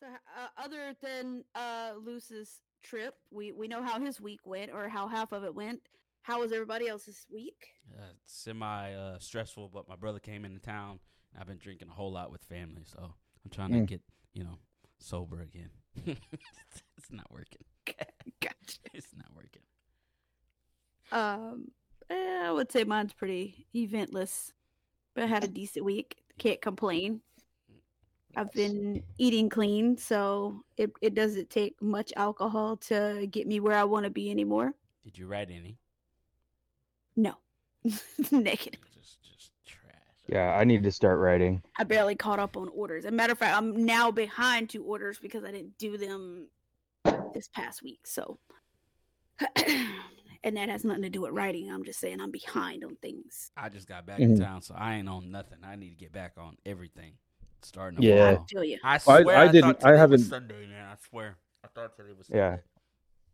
So, uh, other than uh, Luce's trip, we we know how his week went, or how half of it went. How was everybody else's week? Uh, semi uh, stressful, but my brother came into town. And I've been drinking a whole lot with family, so I'm trying to Mm. get you know sober again. it's not working. Gotcha. It's not working. Um, eh, I would say mine's pretty eventless, but I had a decent week. Can't complain. I've been eating clean, so it, it doesn't take much alcohol to get me where I want to be anymore. Did you write any? No, negative. Just, just trash. Yeah, I need to start writing. I barely caught up on orders. As a matter of fact, I'm now behind two orders because I didn't do them this past week. So, and that has nothing to do with writing. I'm just saying I'm behind on things. I just got back in Mhm. town, so I ain't on nothing. I need to get back on everything. Starting Yeah. tomorrow. Feel you. I swear I, I thought didn't- I today was haven't- Sunday, man. I swear. I thought today was Yeah. Sunday.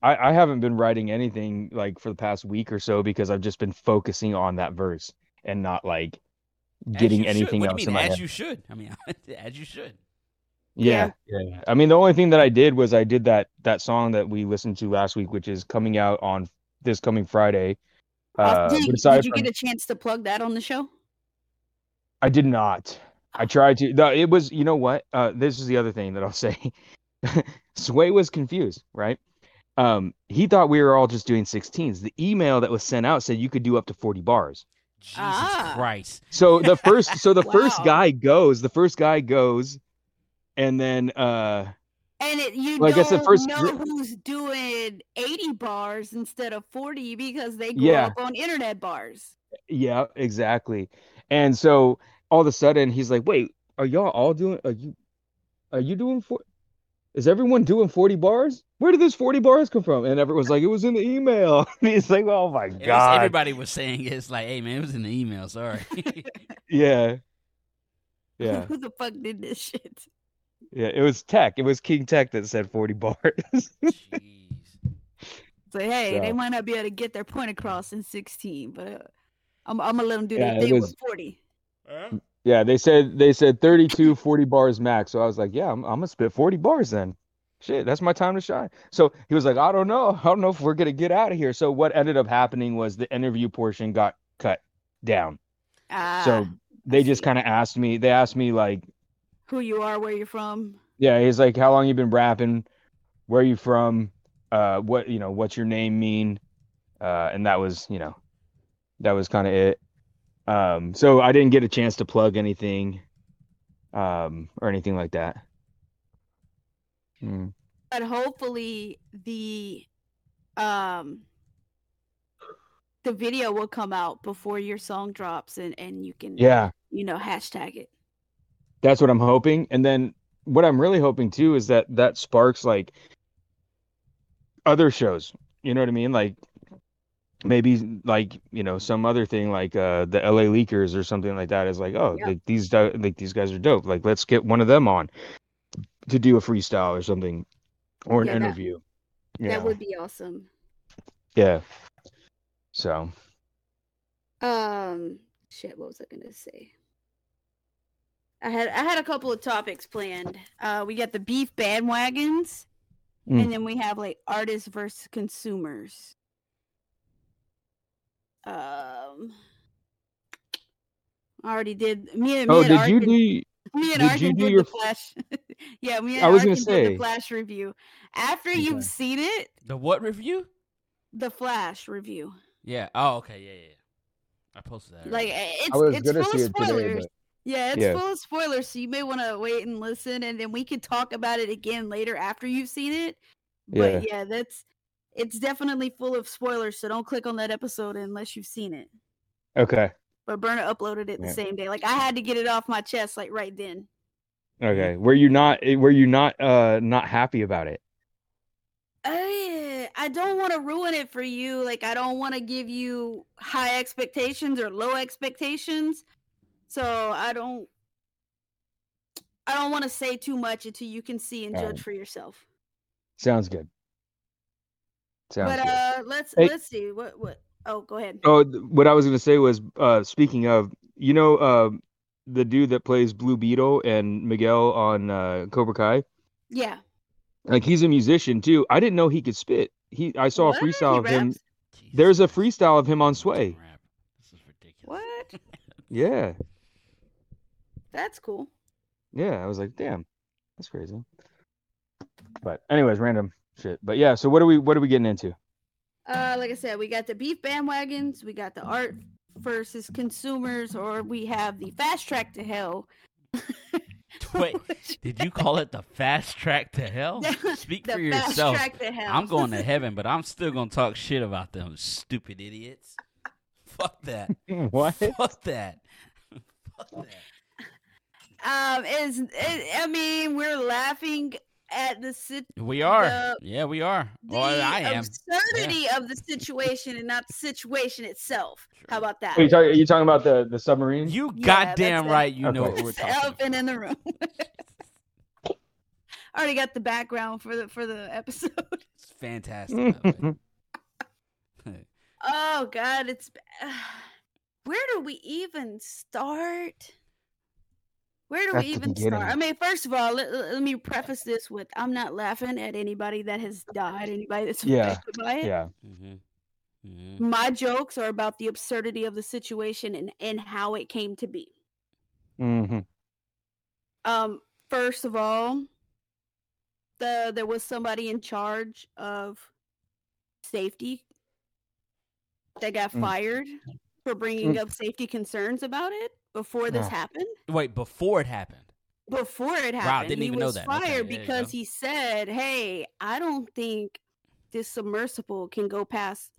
I, I haven't been writing anything like for the past week or so because I've just been focusing on that verse and not like As getting you should. anything What do else you mean, in my as head. you should. I mean, as you should. Yeah, yeah. I mean, the only thing that I did was I did that that song that we listened to last week, which is coming out on this coming Friday. Uh, did, but aside did you from- get a chance to plug that on the show? I did not. I tried to. No, it was. You know what? Uh, this is the other thing that I'll say. Sway was confused, right? Um, he thought we were all just doing 16s. The email that was sent out said you could do up to 40 bars. Jesus Ah. Christ. So the first, so the first Wow. guy goes. The first guy goes, and then uh, And it, you Well, I don't guess the first know gr- who's doing 80 bars instead of 40 because they grew Yeah. up on internet bars. yeah, exactly. And so all of a sudden he's like, "Wait, are y'all all doing? Are you, are you doing four? Is everyone doing 40 bars? Where did those 40 bars come from?" And everyone's like, "It was in the email." And he's like, "Oh my It was- god, everybody was saying it. it's like, hey man, it was in the email. Sorry. yeah, yeah, Who the fuck did this shit? yeah." It was Tech. It was King Tech that said 40 bars. Jeez. So, hey, they So- might not be able to get their point across in 16, but uh, I'm, I'm going to let them do Yeah, their it thing was- with 40. Yeah, they said they said 32, 40 bars max. So I was like, yeah, I'm, I'm gonna spit 40 bars then. Shit, that's my time to shine. So he was like, I don't know. I don't know if we're gonna get out of here. So what ended up happening was the interview portion got cut down. Ah, So they just see. kind of asked me, they asked me like, who you are, where you're from. yeah, he's like, how long you been rapping? Where you from? Uh, what, you know, what's your name mean? Uh, and that was, you know, that was kind of it. Um, so I didn't get a chance to plug anything, um, or anything like that. Mm. But hopefully the um the video will come out before your song drops and and you can Yeah, you know hashtag it. that's what I'm hoping. And then what I'm really hoping too is that that sparks like other shows. You know what I mean? Like maybe like, you know, some other thing like uh the LA Leakers or something like that is like, oh, Yeah. like these do- like these guys are dope. Like let's get one of them on to do a freestyle or something or an Yeah, that- interview. yeah. That would be awesome. Yeah. So, Um shit, what was I gonna say? I had I had a couple of topics planned. Uh we got the beef bandwagons Mm. and then we have like artists versus consumers. Um I already did me and me oh, and did Ark you did- do? Me and Did Arkin you did, do your the flash. yeah, me and I was gonna Arkin did say. the flash review. After Okay. you've seen it, The what review? the flash review. Yeah. Oh, okay. Yeah, yeah. yeah. I posted that. Like already. eh, I it's was it's gonna full see of it today, spoilers. but- Yeah, it's Yeah. full of spoilers, so you may want to wait and listen, and then we can talk about it again later after you've seen it. But yeah, that's it's definitely full of spoilers, so don't click on that episode unless you've seen it. Okay. But Berna uploaded it the Yeah. same day. Like I had to get it off my chest, like right then. Okay. Were you not? eh, Were you not? Uh, not happy about it? I, Oh, I don't want to ruin it for you. Like I don't want to give you high expectations or low expectations. So I don't I don't want to say too much until you can see and All judge right. for yourself. Sounds good. Sounds but good. uh let's Hey- let's see what what Oh, go ahead. Oh, th- what I was gonna say was, uh, speaking of, you know, uh, the dude that plays Blue Beetle and Miguel on uh, Cobra Kai, Yeah. Like he's a musician too. I didn't know he could spit. He I saw What? a freestyle He of him. raps? Jesus. There's a freestyle of him on This fucking Sway. rap. This is ridiculous. What? Yeah. That's cool. Yeah, I was like, damn, that's crazy. But anyways, random shit. But yeah, so what are we what are we getting into? Uh, like I said, we got the beef bandwagons, we got the art versus consumers, or we have the fast track to hell. Wait, Which- did you call it the fast track to hell? Speak the for fast yourself. track to hell. I'm going to heaven, but I'm still gonna talk shit about them stupid idiots. Fuck that. What? Fuck that. Fuck that. Um, is it, I mean, we're laughing at the sit. We are. The- yeah, we are. the Well, Oh, I am. absurdity of the situation and not the situation itself. How Sure. about that? Are you talking, are you talking about the the submarine? You Yeah, goddamn that's it. right. You know Okay. what we're It's the talking about. elephant in the room. Already got the background for the for the episode. It's fantastic. by the way. Oh God, it's where do we even start? Where do At we the even beginning. start? I mean, first of all, let, let me preface this with I'm not laughing at anybody that has died, anybody that's Yeah. affected by it. yeah. Mhm. Mhm. My jokes are about the absurdity of the situation and, and how it came to be. hmm Um, first of all, the there was somebody in charge of safety that got Mm. fired for bringing Mm. up safety concerns about it before this Ah. happened. Wait, before it happened. Before it happened, didn't he even know was that. Okay, fired there you because go. he said, "Hey, I don't think this submersible can go past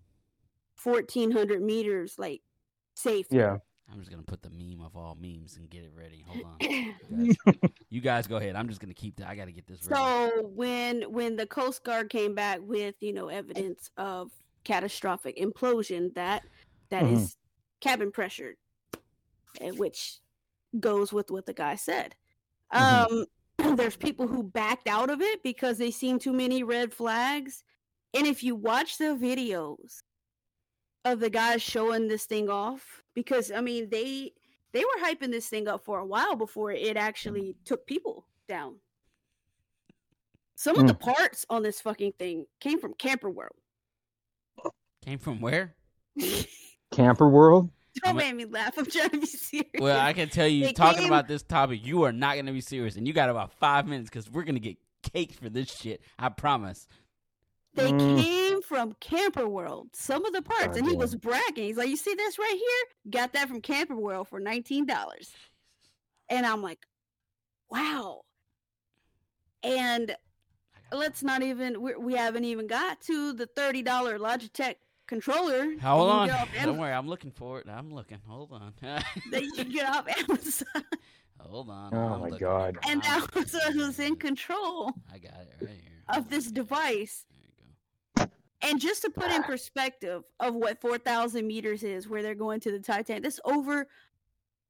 fourteen hundred meters, like safe." Yeah. I'm just gonna put the meme of all memes and get it ready. Hold on. You guys, you guys go ahead. I'm just gonna keep that. I gotta get this ready. So when when the Coast Guard came back with you know evidence of catastrophic implosion, that that is Mhm. cabin pressure, eh, which goes with what the guy said. Mhm. Um, there's people who backed out of it because they seen too many red flags, and if you watch the videos of the guys showing this thing off, because I mean they they were hyping this thing up for a while before it actually took people down. Some of the parts on this fucking thing came from Camper World. Came from where? Camper World? Don't I'm a- make me laugh. I'm trying to be serious. Well, I can tell you, It talking came- about this topic, you are not gonna be serious, and you got about five minutes because we're gonna get caked for this shit. I promise. they Mm. came from Camper World. Some of the parts, and he Goddamn. was bragging. He's like, "You see this right here? Got that from Camper World for nineteen dollars." And I'm like, "Wow." And let's not even we, we haven't even got to the thirty dollar Logitech controller. Hold that on. you can get off Don't Am- worry. I'm looking for it. I'm looking. Hold on. that you can get off Amazon, Hold on. Oh I'm my looking. God. and I'm that was uh, who's in looking. control. I got it right here. of Hold on. this device. There you go. And just to put in Ah. perspective of what 4,000 meters is, where they're going to the Titanic, that's over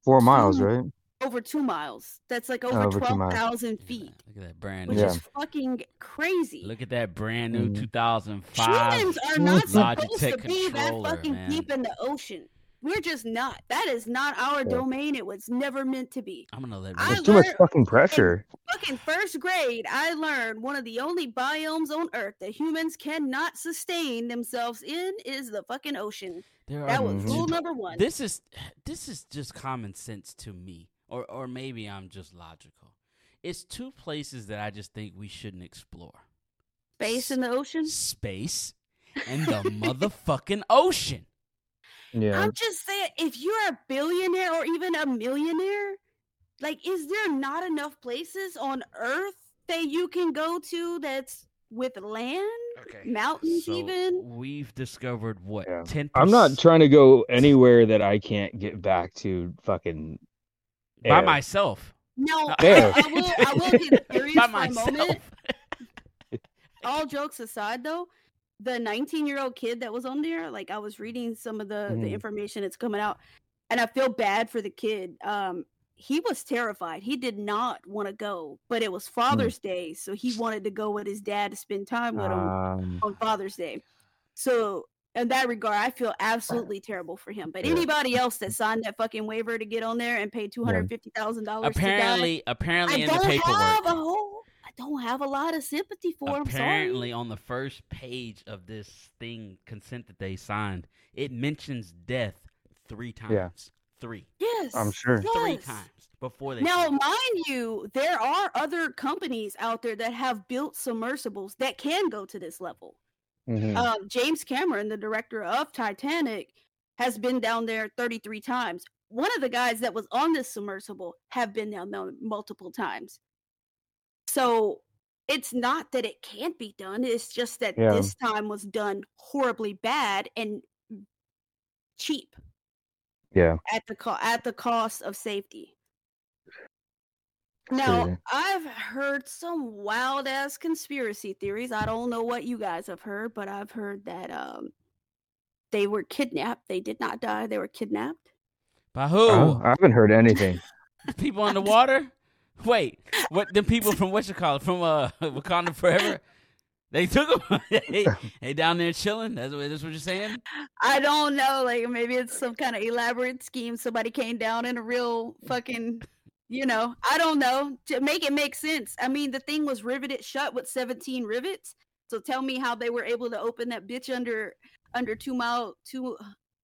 Four miles, Two. right? over two miles. That's like over, Over two miles. 12,000 Look at feet, that- Look at that brand which new. Yeah. is fucking crazy. Look at that brand new Mm. 2005. Humans are not supposed Logitech to be that controller, fucking man. deep in the ocean. We're just not. That is not our domain. It was never meant to be. I'm gonna let I There's Rich. too much learned- fucking pressure. Fucking first grade, I learned one of the only biomes on Earth that humans cannot sustain themselves in is the fucking ocean. There That are- was Mhm. rule number one. This is this is just common sense to me, or or maybe I'm just logical. It's two places that I just think we shouldn't explore: Space in the ocean. space and the motherfucking ocean. Yeah. I'm just saying, if you're a billionaire or even a millionaire, like, is there not enough places on Earth that you can go to that's with land, Okay. mountains, So even? we've discovered what Yeah. ten. I'm not trying to go anywhere that I can't get back to fucking by air. myself. No, There. Oh, I, I will. I will get serious by for a moment. myself. All jokes aside, though, the 19 year old kid that was on there, like, I was reading some of the the Mm. Mhm. information that's coming out, and I feel bad for the kid. Um. He was terrified. He did not want to go, but it was Mm. Father's Day, so he wanted to go with his dad to spend time with him. Ah. Um, on Father's Day. So in that regard, I feel absolutely terrible for him. But Yeah. anybody else that signed that fucking waiver to get on there and pay two hundred fifty thousand dollars, Apparently, apparently I in the don't paperwork. have a whole. I don't have a lot of sympathy for. Apparently, on the first page of this thing consent that they signed, it mentions death three times. Yeah. I'm sorry. Three. Yes. I'm sure. Three Yes. times before they Now, signed. mind you, there are other companies out there that have built submersibles that can go to this level. Mhm. Um, James Cameron, the director of Titanic, has been down there 33 times. One of the guys that was on this submersible have been down there multiple times. So it's not that it can't be done. It's just that Yeah. this time was done horribly bad and cheap yeah. at the co- at the cost of safety. Now, Crazy. I've heard some wild ass conspiracy theories. I don't know what you guys have heard, but I've heard that um they were kidnapped. They did not die. They were kidnapped. By who? Oh, I haven't heard anything. people on the water? Wait, what? Them people from what you call it? From uh, Wakanda Forever? They took them. they, they down there chilling. That's what, that's what you're saying. I don't know. Like maybe it's some kind of elaborate scheme. Somebody came down in a real fucking, you know, I don't know. To make it make sense. I mean, the thing was riveted shut with 17 rivets. So tell me how they were able to open that bitch under under two mile two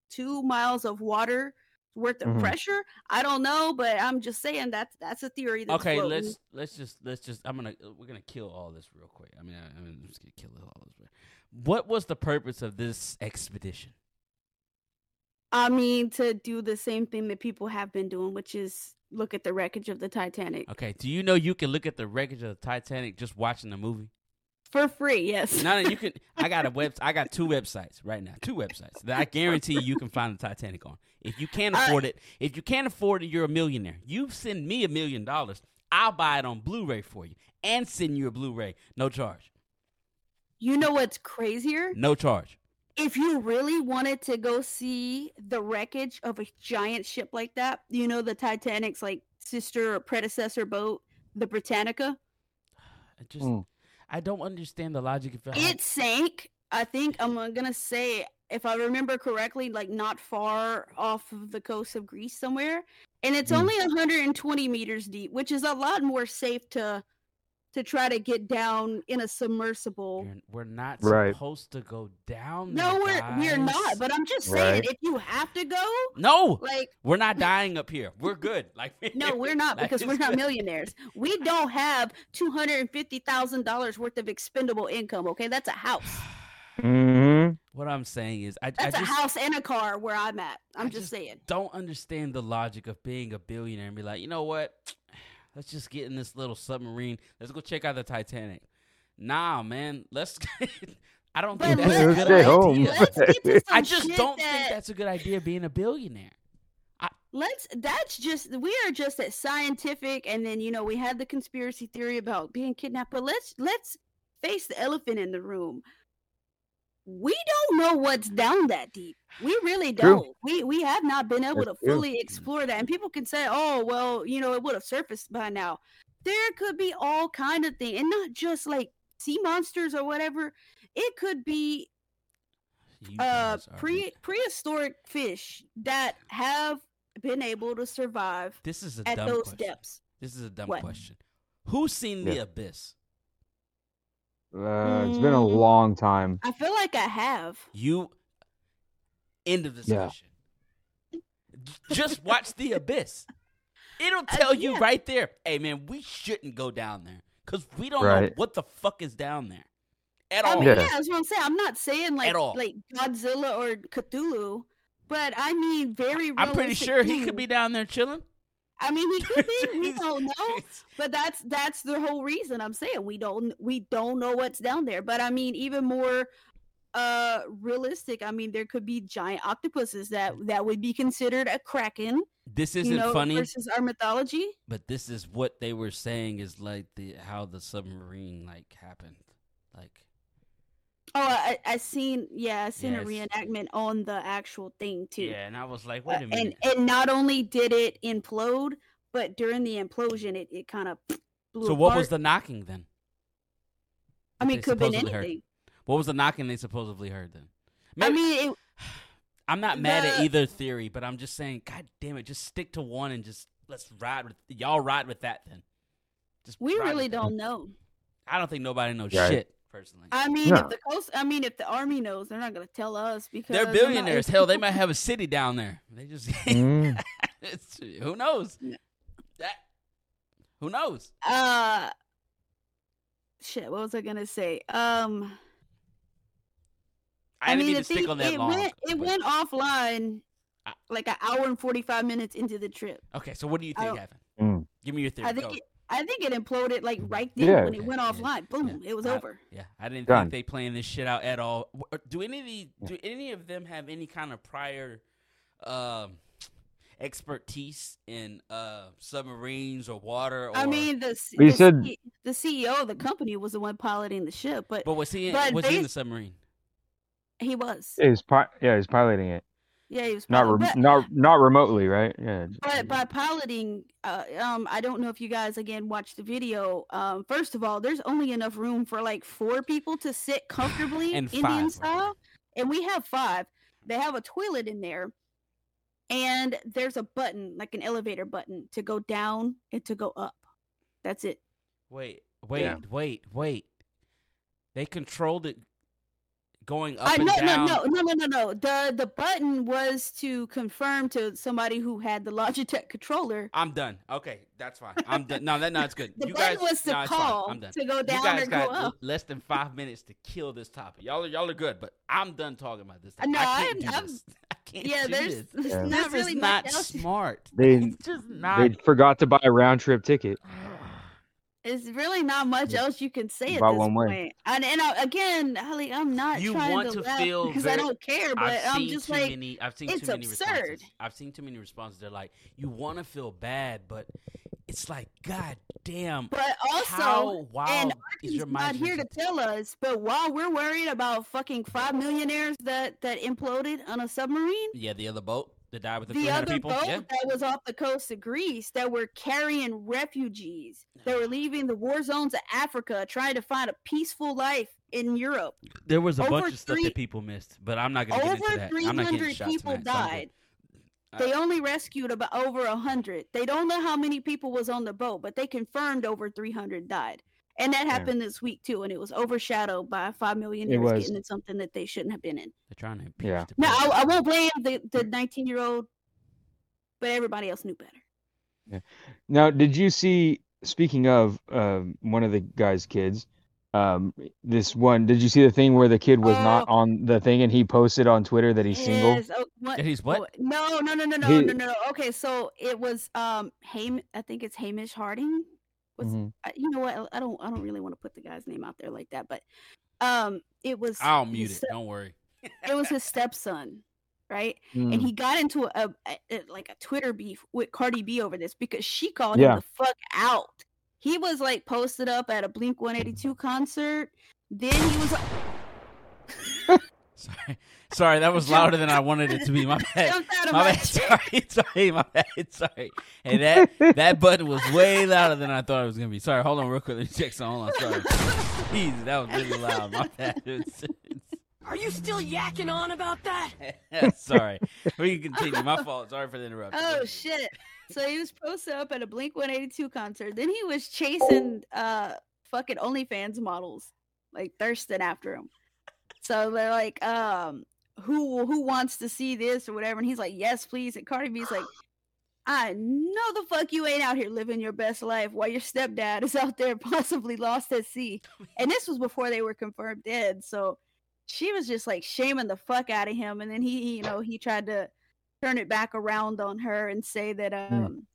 two miles of water worth of Mm-hmm. Mhm. pressure. I don't know, but I'm just saying that's that's a theory. That's Okay, floating. let's let's just let's just. I'm gonna uh, we're gonna kill all this real quick. I mean, I, I mean, I'm just gonna kill this all this. What was the purpose of this expedition? I mean, to do the same thing that people have been doing, which is look at the wreckage of the Titanic Okay, do you know you can look at the wreckage of the Titanic just watching the movie? for free. Yes. No, no, you can. I got a web. I got two websites right now. Two websites that I guarantee you can find the Titanic on. If you can't All right. afford it, if you can't afford it, you're a millionaire. You send me a million dollars, I'll buy it on Blu-ray for you and send you a Blu-ray, no charge, You know what's crazier? no charge. If you really wanted to go see the wreckage of a giant ship like that, you know the Titanic's like sister or predecessor boat, the Britannica, I just, Mm. I don't understand the logic of how- it sank. I think I'm going to say if I remember correctly like not far off of the coast of Greece somewhere, and it's Mm. only 120 meters deep, which is a lot more safe to to try to get down in a submersible. You're- we're not Right. supposed to go down. No, there, we're we're not, guys. but I'm just saying Right. if you have to go, no, like we're not dying up here. We're good. Like No, we're not like, because we're it's not good. millionaires. We don't have two hundred and fifty thousand dollars worth of expendable income. Okay, that's a house. Mhm. What I'm saying is, I, I That's a just house and a car where I'm at. I'm I just, just- saying. don't understand the logic of being a billionaire and be like, you know what? Let's just get in this little submarine. Let's go check out the Titanic. Nah, man. Let's. I don't But think let's, that's a Let's good stay idea. home. let's get to some I just shit don't that, think that's a good idea being a billionaire. Let's. That's just. We are just at scientific, and then you know we had the conspiracy theory about being kidnapped. But let's let's face the elephant in the room. We don't know what's down that deep. We really True. don't. We we have not been able That's to true. fully explore that. And people can say, "Oh, well, you know, it would have surfaced by now." There could be all kind of thing, and not just like sea monsters or whatever. It could be You uh guys are- pre prehistoric fish that have been able to survive This is a at dumb those question. depths. This is a dumb What? question. Who's seen the Yeah. abyss? Uh, it's been a Mm. long time. I feel like I have. You. End of discussion. J- Just watch the abyss. It'll Uh, tell you yeah. right there. Hey man, we shouldn't go down there because we don't know Right. what the fuck is down there at I all. mean, Yeah. yeah. that's what I'm saying. I'm not saying like all. like Godzilla or Cthulhu, but I mean very. I'm pretty realistic sure he could things. be down there chilling. I mean, he could be. we Jeez. don't know. But that's that's the whole reason I'm saying we don't we don't know what's down there. But I mean, even more uh realistic. I mean, there could be giant octopuses that that would be considered a kraken. This you isn't know, funny, versus our mythology. but this is what they were saying is like the how the submarine like happened. Like Oh, I I seen yeah, I seen Yes. a reenactment on the actual thing too. yeah, and I was like, Uh, wait a and minute. and not only did it implode, but during the implosion, it, it kind of blew. so what was apart. the knocking then? I mean, they it could have been supposedly heard? anything. What was the knocking they supposedly heard then? Maybe, I mean, it, I'm not mad at The- either theory, but I'm just saying, god damn it, just stick to one and just let's ride with y'all ride with that then. Just we ride really with that. don't know. I don't think nobody knows Right. shit personally. I mean, No. if the coast, I mean, if the army knows, they're not gonna tell us because They're not- billionaires. Hell, they might have a city down there. They just Mm. It's- who knows? Yeah. That who knows? Uh, shit. What was I gonna say? Um, I, didn't mean to the stick thing- on that it long. Went, it but- went offline, I- like an hour and forty five minutes into the trip. Okay, so what do you I think don't- happened? Mm. Give me your theory. I think Go. it, I think it imploded like right then Yeah. when it went Yeah. offline. Boom, it was I- over. yeah, I didn't Done. think they planned this shit out at all. W- or Do any of the do any of them have any kind of prior um, expertise in uh, submarines or water? Or, I mean, the C- But you the, said- C- the CEO of the company was the one piloting the ship, but, but was he in, but was he in bas- the submarine? he was. He's pi- yeah, he's piloting it. Yeah, he was. Not pilot- rem but- not not remotely, right? Yeah. But by piloting, uh, um, I don't know if you guys again watched the video. Um, first of all, there's only enough room for like four people to sit comfortably And five, by the way. Indian style, and we have five. They have a toilet in there, and there's a button, like an elevator button, to go down and to go up. That's it. Wait, wait, Yeah. wait, wait. They controlled it going up I and no, down. no, no, no, no, no, no. The the button was to confirm to somebody who had the Logitech controller. I'm done. Okay, that's fine. I'm done. No, that no, it's good. The you guys, button was to no, it's fine. call I'm done. to go You down guys or go got up. l- less than five minutes to kill this topic. Y'all are y'all are good, but I'm done talking about this. Uh, Topic. no, I can't I'm- do I'm- this. I can't yeah, do there's, this. there's Yeah. not this really is much not else. smart. They- it's just not. They forgot to buy a round trip ticket. It's really not much Yeah. else you can say at About this one way. point. And and I, again, Holly, I'm not You trying want to, to laugh feel because I very- don't care, but I've I'm seen just too like many. I've seen it's too many absurd. responses. I've seen too many responses. They're like, you want to feel bad, but it's like, god damn. but also how wild is he's your not mind? here to tell us, but while we're worried about fucking five millionaires that that imploded on a submarine, Yeah, the other boat, the guy with the, the 300 other people. boat Yeah. that was off the coast of Greece that were carrying refugees that were leaving the war zones of Africa trying to find a peaceful life in Europe. There was a Over bunch of stuff three- that people missed, but I'm not going to get into Over that. I'm not getting 300 shot people tonight, so I'm died. good. Uh, They only rescued about over 100. They don't know how many people was on the boat, but they confirmed over 300 died. And that Yeah. happened this weck too, and it was overshadowed by five millionaires was. getting in something that they shouldn't have been in. They're trying to impeach. Yeah. the No, I, I president. won't blame the the 19 year old, but everybody else knew better. Now, did you see, speaking of um, one of the guy's kids, um, this one, did you see the thing where the kid was not on the thing and he posted on Twitter that he's single? Yes, oh, what- That he's what? oh, no, no, no, no, no, He- no, no. Okay, so it was um Ham. I think it's Hamish Harding. What's Mhm. I- you know what? I don't. I don't really want to put the guy's name out there like that, but um, it was. I'll his mute it. step- Don't worry. It was his stepson, right? Mm. And he got into a, a, a- like a Twitter beef with Cardi B over this because she called Yeah. him the fuck out. He was like posted up at a Blink One Eighty Two concert. Then he was. Sorry, sorry. That was louder than I wanted it to be. My bad. jumped out of My my bad. chair. Sorry, sorry. My bad. Sorry. Hey, that that button was way louder than I thought it was gonna be. Sorry. Hold on, real quick. Let me check some. Hold on. Sorry. Jeez, that was really loud. My bad. It's- Are you still yakking on about that? it's- sorry. We can continue. My fault. Sorry for the interruption. Oh Continue. shit! So he was posted up at a Blink One Eighty Two concert. Then he was chasing uh fucking OnlyFans models, like thirsting after him. So they're like, um, who who wants to see this or whatever? And he's like, yes, please. And Cardi B's like, I know the fuck you ain't out here living your best life while your stepdad is out there possibly lost at sea. And this was before they were confirmed dead. So she was just like shaming the fuck out of him. And then he, he, you know, he tried to turn it back around on her and say that Mm. um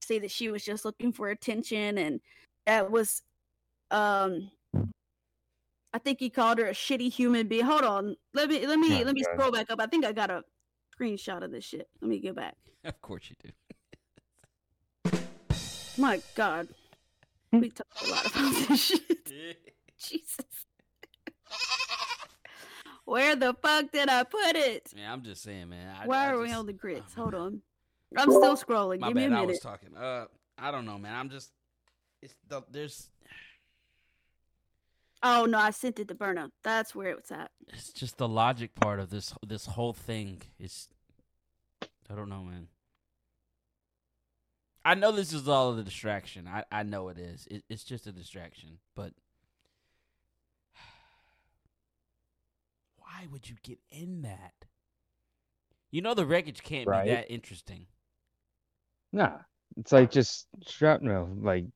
say that she was just looking for attention and that was um I think he called her a shitty human being. Hold on. Let me let me Oh, let me God. scroll back up. I think I got a screenshot of this shit. Let me get back. Of course you do. My God. We talked a lot about this shit. Jesus. Where the fuck did I put it? Man, I'm just saying, man. I, Why I are we just- on the grids? oh, Hold man. on. I'm still scrolling. My Give me bad. a I was minute. talking. Uh, I don't know, man. I'm just. It's the, there's. Oh no, I sent it to Burna. That's where it's at. It's just the logic part of this. This whole thing is. I don't know, man. I know this is all a distraction. I, I know it is. It, it's just a distraction. But why would you get in that? You know the wreckage can't Right. be that interesting. Nah, it's like just shrapnel. Like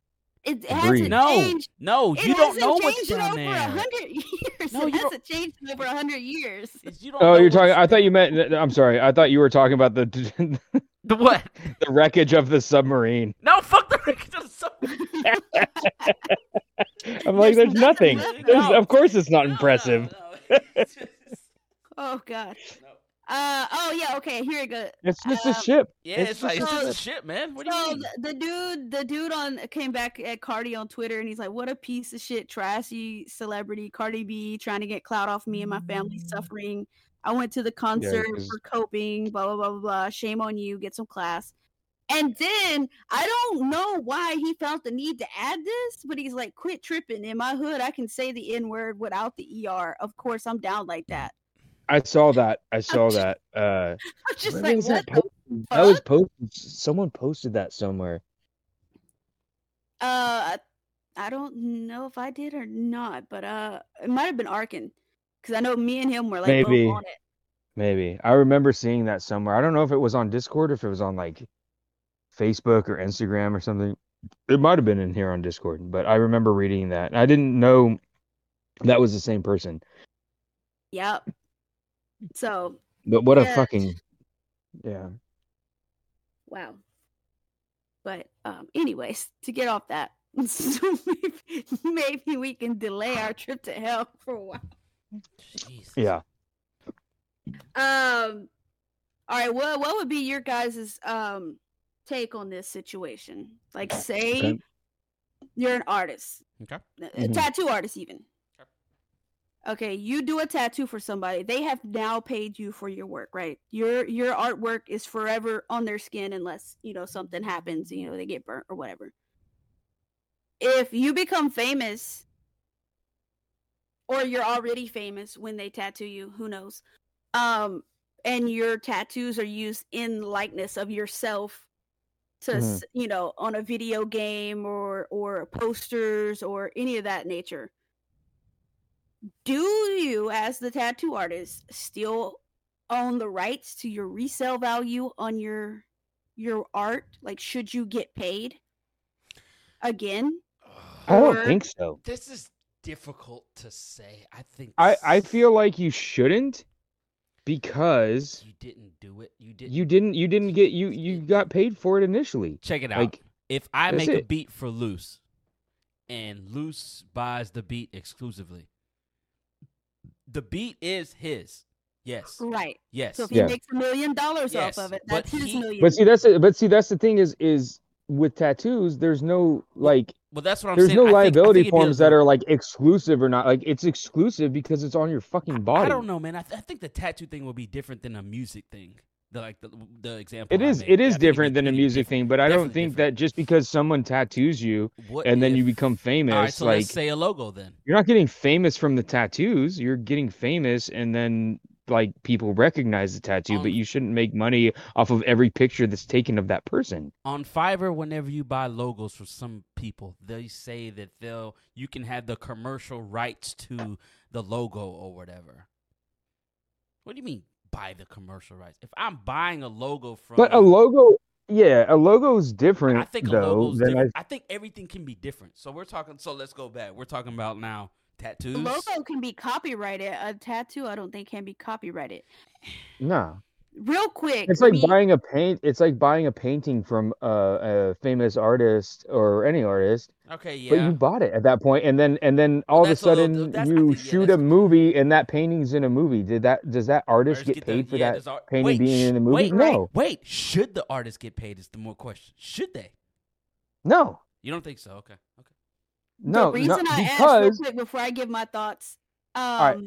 It, it hasn't Agreed. No, changed. no, It you don't hasn't know changed what's in down over a there. hundred years. it No, you don't- hasn't changed in over a hundred years. It's- You don't oh, know you're talking. what's- I thought you meant. I'm sorry. I thought you were talking about the the what? the wreckage of the submarine. No, fuck the wreckage. of the submarine. I'm like, There's there's, nothing nothing. left. There's, No. of course, it's not No, no, impressive. no. Oh god. No. Uh oh yeah okay here it goes. It's just Um, a ship. Yeah, It's it's, like it's just just a- a ship, man. What do you So mean? the, the dude, the dude on came back at Cardi on Twitter, and he's like, "What a piece of shit, trashy celebrity, Cardi B, trying to get clout off me and my family Mm. suffering. I went to the concert 'cause- for coping. Blah blah blah blah blah. Shame on you. Get some class." And then I don't know why he felt the need to add this, but he's like, "Quit tripping. In my hood, I can say the n word without the er. Of course, I'm down Mm. like that." I saw that. I saw that. Uh, I'm just where like, was "What?" that, posted? that was posted. Someone posted that somewhere. the- Uh, I don't know if I did or not, but uh, it might have been Arkin because I know me and him were like both Maybe. on it. Maybe I remember seeing that somewhere. I don't know if it was on Discord or if it was on like Facebook or Instagram or something. It might have been in here on Discord, but I remember reading that. And I didn't know that was the same person. Yep. So But what Yeah. a fucking yeah. wow. But um, anyways, to get off that, so maybe, maybe we can delay our trip to hell for a while. Jesus. Yeah. Um. All right. What What would be your guys' um take on this situation? Like, say Okay. you're an artist, Okay. a- a Mhm. tattoo artist, even. Yep. Okay, you do a tattoo for somebody. They have now paid you for your work, right? Your your artwork is forever on their skin unless you know something happens. You know they get burnt or whatever. If you become famous, or you're already famous when they tattoo you, who knows? um and your tattoos are used in likeness of yourself to Mhm. s you know on a video game or or posters or any of that nature do you as the tattoo artist still own the rights to your resale value on your your art like should you get paid again I Or- don't think so. This is difficult to say. I think I I s- feel like you shouldn't because you didn't do it. You didn't. you didn't you didn't get you you got paid for it initially. check it out. Like if I that's make a it. beat for Loose, and Loose buys the beat exclusively, the beat is his. Yes. right Yes. so if he Yeah. makes a million dollars Yes, off of it but that's his he- million but see that's it, but see that's the thing is is with tattoos there's no like Well, that's what I'm there's saying. I no think- I liability think it'd be forms a- that are like exclusive or not. Like it's exclusive because it's on your fucking I- body. I don't know, man. I, th- I think the tattoo thing will be different than a music thing. The, like the, the example. It I is made. it I is think it'd be- different than a it'd be music different. thing, but I don't Definitely think different. that just because someone tattoos you What and then you if- become famous, All right, so like let's say a logo then. you're not getting famous from the tattoos. You're getting famous and then like people recognize the tattoo, On- but you shouldn't make money off of every picture that's taken of that person. on Fiverr, whenever you buy logos for some people, they say that they'll you can have the commercial rights to the logo or whatever. What do you mean buy the commercial rights? If I'm buying a logo from But a you, logo yeah, a logo is different I think a though. logo's than different. I- I... think everything can be different. So we're talking so let's go back. We're talking about now tattoos. The logo can be copyrighted. A tattoo, I don't think, can be copyrighted. nah. Real quick, It's like we- buying a paint. It's like buying a painting from a, a famous artist or any artist, Okay, yeah. but you bought it at that point, and then and then all of a That's a little- sudden that's- I you think, yeah, shoot a that's- movie, and that painting's in a movie. Did that? Does that artist Artists get the- paid for yeah, that does art- painting wait, being in the sh- movie? Wait, No, wait. Should the artist get paid? Is the more question. Should they? no, You don't think so? Okay. Okay. no, the reason no, I asked real because quick before I give my thoughts. Um, right.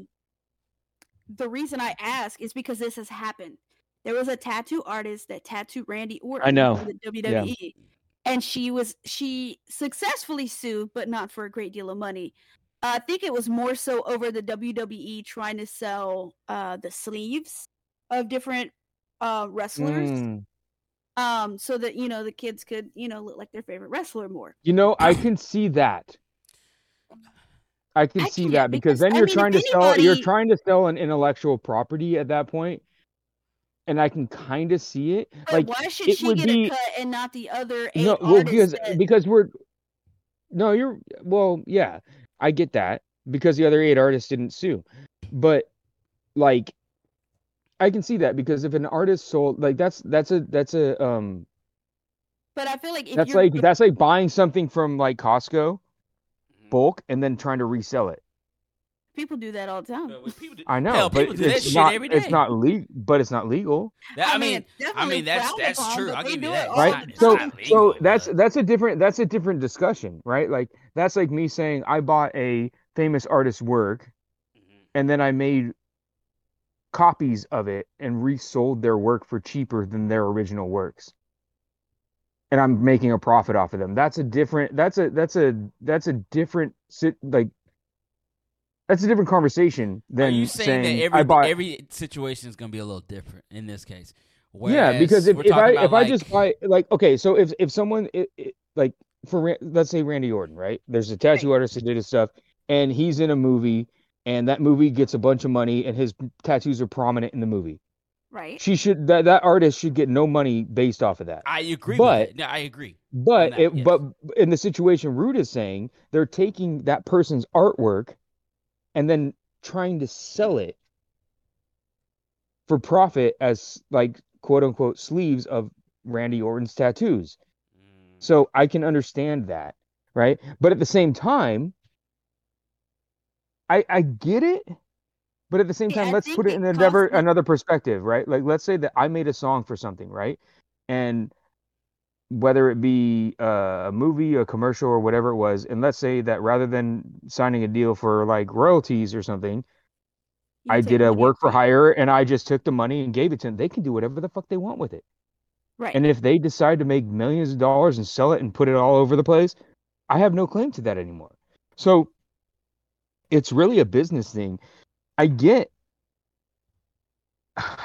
The reason I ask is because this has happened. There was a tattoo artist that tattooed Randy Orton. know. in the WWE, and she was she successfully sued, but not for a great deal of money. Uh, I think it was more so over the WWE trying to sell uh, the sleeves of different uh, wrestlers. Mm, um, so that you know the kids could you know look like their favorite wrestler more. You know, I can see that. I can I see can't that because, because, then I you're mean, if trying to sell you're anybody- trying to sell an intellectual property at that point, And I can kind of see it. But like why should it she would get be- a cut and not the other eight no, well artists because that- because we're No, you're well, yeah. I get that because the other eight artists didn't sue. But like I can see that because if an artist sold like that's that's a that's a um But I feel like if that's you're like that's like buying something from like Costco Mm. bulk and then trying to resell it. people do that all the time. But when people do- I know, Hell, but people do that it's shit not every it's day. not legal, but it's not legal, That- I mean, it's definitely mean, that's- frowned that's upon, true. but I'll they give you do that. it It's all right? the Oh, it's So time. not so legal, that's but- that's a different that's a different discussion, right? Like that's like me saying I bought a famous artist's work and then I made copies of it and resold their work for cheaper than their original works. And I'm making a profit off of them. That's a different that's a that's a that's a different sit like that's a different conversation Are than you saying, that every I bought every situation is going to be a little different in this case? yeah, because if, we're if I talking if about, I just like- buy like okay, so if if someone i i like for Ra- let's say Randy Orton, right? There's a tattoo artist that did his stuff, and he's in a movie, and that movie gets a bunch of money, and his tattoos are prominent in the movie. right? She should that that artist should get no money based off of that. I agree. but- with that. No, I agree. But that, it, yes. but in the situation Root is saying, they're taking that person's artwork and then trying to sell it for profit as like quote unquote sleeves of Randy Orton's tattoos. Mm. Mm-hmm. So I can understand that, right? But at the same time, I I get it, but at the same See, time, I let's think put it it in costs another me- another perspective, right? Like let's say that I made a song for something, right? And whether it be uh, a movie, a commercial, or whatever it was, and let's say that rather than signing a deal for like royalties or something, You I take did a money work for from- hire and I just took the money and gave it to them. They can do whatever the fuck they want with it. right? And if they decide to make millions of dollars and sell it and put it all over the place, I have no claim to that anymore. So it's really a business thing. I get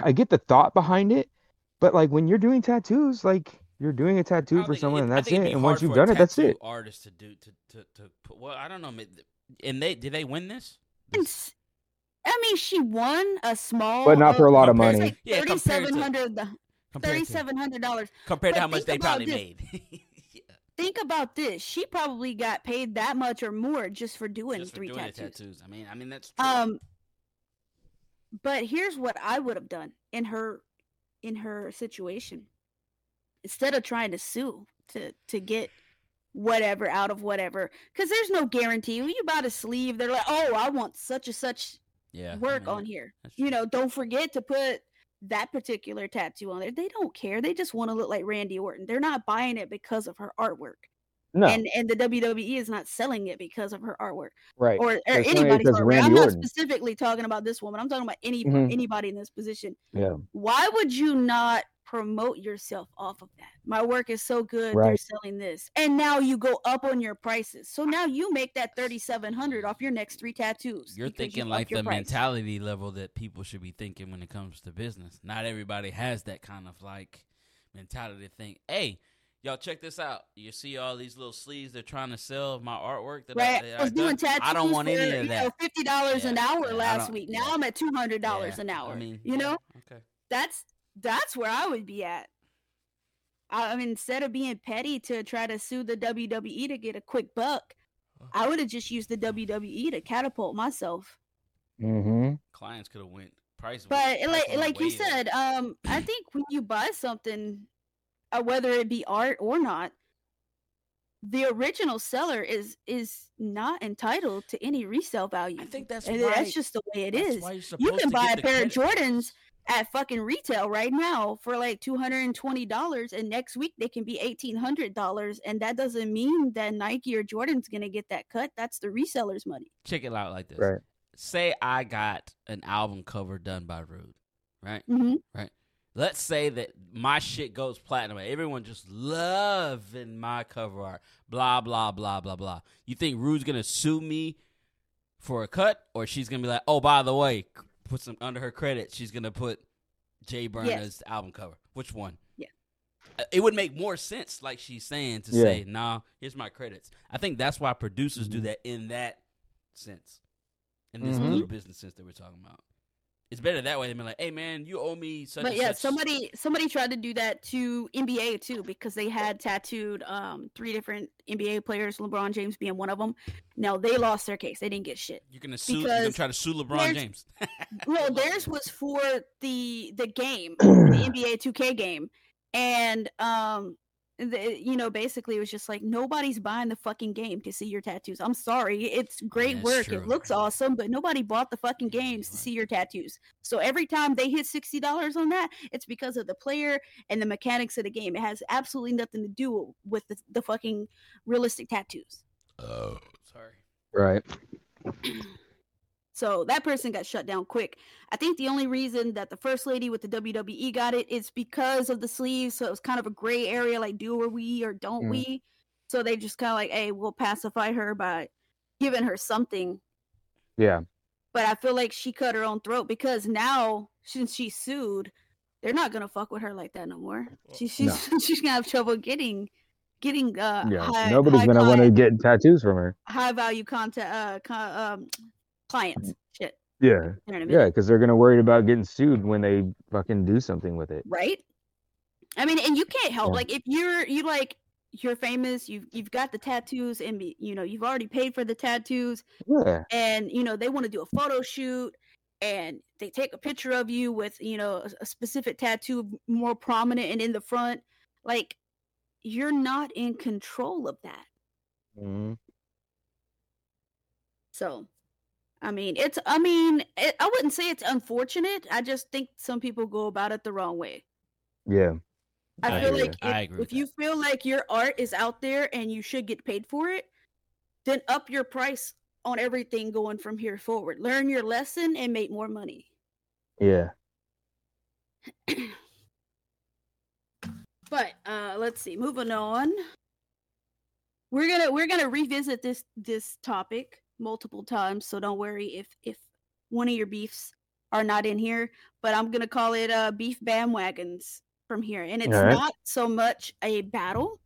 I get the thought behind it, but like when you're doing tattoos, like you're doing a I tattoo don't for think someone it- and I that's think it'd it. be And once hard you've for a done it, that's tattoo it. Artist to do to to to put, well, I don't know. ma- And they did they win this? And s- I mean, she won a small, But not for a lot of compared It's to- money. like Yeah, compared to- thirty-seven hundred, Compared to- thirty-seven hundred dollars. compared to But how much think they about probably this. made. Yeah, Think about this. She probably got paid that much or more just for doing just for three doing the tattoos. tattoos. I mean, I mean that's true. Um, but here's what I would have done in her, in her situation. Instead of trying to sue to to get whatever out of whatever, because there's no guarantee. When you buy a sleeve, they're like, "Oh, I want such and such yeah, work on here." You you know, don't forget to put that particular tattoo on there. They don't care. They just want to look like Randy Orton. They're not buying it because of her artwork. No, And and the WWE is not selling it because of her artwork right. or, or That's why it anybody's says artwork. Randy I'm not Orton. specifically talking about this woman. I'm talking about any Mhm. anybody in this position. Yeah. Why would you not promote yourself off of that? My work is so good. They're Right. selling this. And now you go up on your prices. So now you make that 3700 off your next three tattoos. You're because you thinking upped like your the price. mentality level that people should be thinking when it comes to business. Not everybody has that kind of like mentality to think, hey, y'all check this out. You see all these little sleeves they're trying to sell of my artwork that I, Right. that I was I've done. doing tattoos. I don't want for, any you of know, that. Fifty dollars an Yeah, hour yeah, I last don't- week. yeah. Now I'm at two hundred dollars Yeah, an hour. I mean, you know, Okay. that's that's where I would be at. I, I mean, instead of being petty to try to sue the WWE to get a quick buck, I would have just used the WWE to catapult myself. Mm-hmm. Clients could have went price. But went- price like went like you way up. said, um, I think when you buy something, uh, whether it be art or not. The original seller is is not entitled to any resale value. I think that's And why that's just the way it that's is. why you're You supposed can to get buy a the pair of credit for Jordans this. at fucking retail right now for like two hundred and twenty dollars, and next week they can be eighteen hundred dollars, and that doesn't mean that Nike or Jordan's gonna get that cut. That's the reseller's money. Check it out like this. Right. Say I got an album cover done by Rude, right? Mm-hmm. Let's say that my shit goes platinum. Everyone just loving my cover art. Blah blah blah blah blah. You think Rude's gonna sue me for a cut, or she's gonna be like, "Oh, by the way, put some under her credit. She's gonna put Jay Burner's album cover." Which one? Uh, it would make more sense, like she's saying, to Yeah. say, "Nah, here's my credits." I think that's why producers do that in that sense, in this Mhm. little business sense that we're talking about. It's better that way than being like, "Hey, man, you owe me such." but and yeah, such." somebody somebody tried to do that to NBA too because they had tattooed um three different NBA players, LeBron James being one of them. Now they lost their case; they didn't get shit. You can sue. You can because try to sue LeBron there's- James. Well, theirs was for the the game, the NBA 2K game, and um, the, you know, basically it was just like nobody's buying the fucking game to see your tattoos. I'm sorry, it's great That's work, true. it looks awesome, but nobody bought the fucking Yeah, games to you're see your tattoos. So every time they hit sixty dollars on that, it's because of the player and the mechanics of the game. It has absolutely nothing to do with the, the fucking realistic tattoos. Oh, sorry. Right. So that person got shut down quick. I think the only reason that the first lady with the WWE got it is because of the sleeves. So it was kind of a gray area like, do or we or don't Mm. we? So they just kind of like, hey, we'll pacify her by giving her something. Yeah. But I feel like she cut her own throat because now, since she sued, they're not going to fuck with her like that no more. She, she's she's going to have trouble getting getting uh Yeah. high, Nobody's high gonna cli- want to get tattoos from her. high value content uh co- um clients shit Yeah. you know what I mean? Yeah, because they're gonna worry about getting sued when they fucking do something with it. right i mean and you can't help Yeah. like if you're you like you're famous you've you've got the tattoos and be- you know you've already paid for the tattoos Yeah. and you know they want to do a photo shoot and they take a picture of you with you know a, a specific tattoo more prominent and in the front like you're not in control of that Mm-hmm. Mhm. So, I mean, it's, I mean, it, I wouldn't say it's unfortunate. I just think some people go about it the wrong way. Yeah. I, I feel agree. like if, I agree with if you feel like your art is out there and you should get paid for it, then up your price on everything going from here forward. Learn your lesson and make more money. Yeah. But uh let's see, moving on. We're gonna we're gonna revisit this this topic multiple times, so don't worry if if one of your beefs are not in here. But I'm gonna call it uh beef bandwagons from here. And it's Alright. not so much a battle.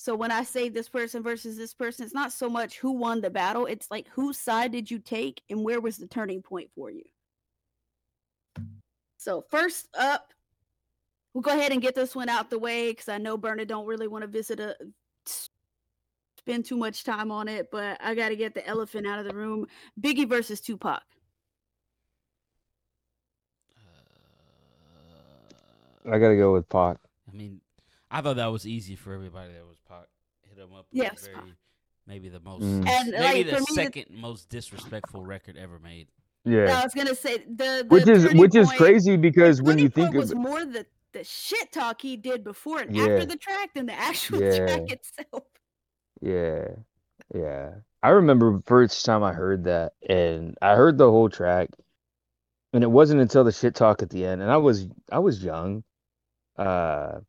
So when I say this person versus this person, it's not so much who won the battle, it's like whose side did you take and where was the turning point for you? So first up we'll go ahead and get this one out the way because I know Bernard don't really want to visit a spend too much time on it, but I got to get the elephant out of the room. Biggie versus Tupac. Uh, I gotta go with Pac. I mean, I thought that was easy for everybody that was Pac. Hit him up. with Yes, very- Pac. Maybe the most, Mm. And maybe like the for me, second most disrespectful record ever made. Yeah. I was gonna say the, the Which is turning which is point- crazy because when turning you think point was of more the the shit talk he did before and Yeah. after the track than the actual track itself. Yeah. Yeah. I remember first time I heard that and I heard the whole track and it wasn't until the shit talk at the end and I was I was young. Uh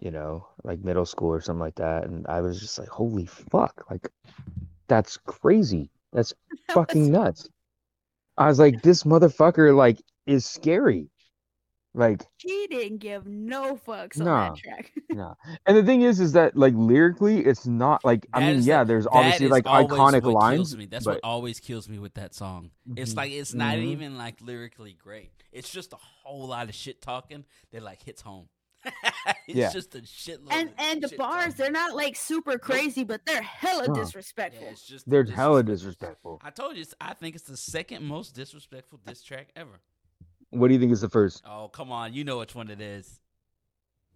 you know, like middle school or something like that and I was just like holy fuck, like that's crazy. That's That was- fucking nuts. I was like this motherfucker like is scary. Like he didn't give no fucks Nah. on that track. And the thing is, is that like lyrically, it's not like I That mean, is yeah, the- there's that obviously is like always iconic what lines. Kills me. That's what but always kills me with that song. It's like it's not Mhm. even like lyrically great. It's just a whole lot of shit talking that like hits home. it's Yeah. just a shitload. and of and the shit bars, talking. they're not like super crazy, but they're hella Nah. disrespectful. Yeah, it's just they're the hella disrespect. disrespectful. I told you, it's- I think it's the second most disrespectful diss track ever. What do you think is the first? Oh come on, you know which one it is.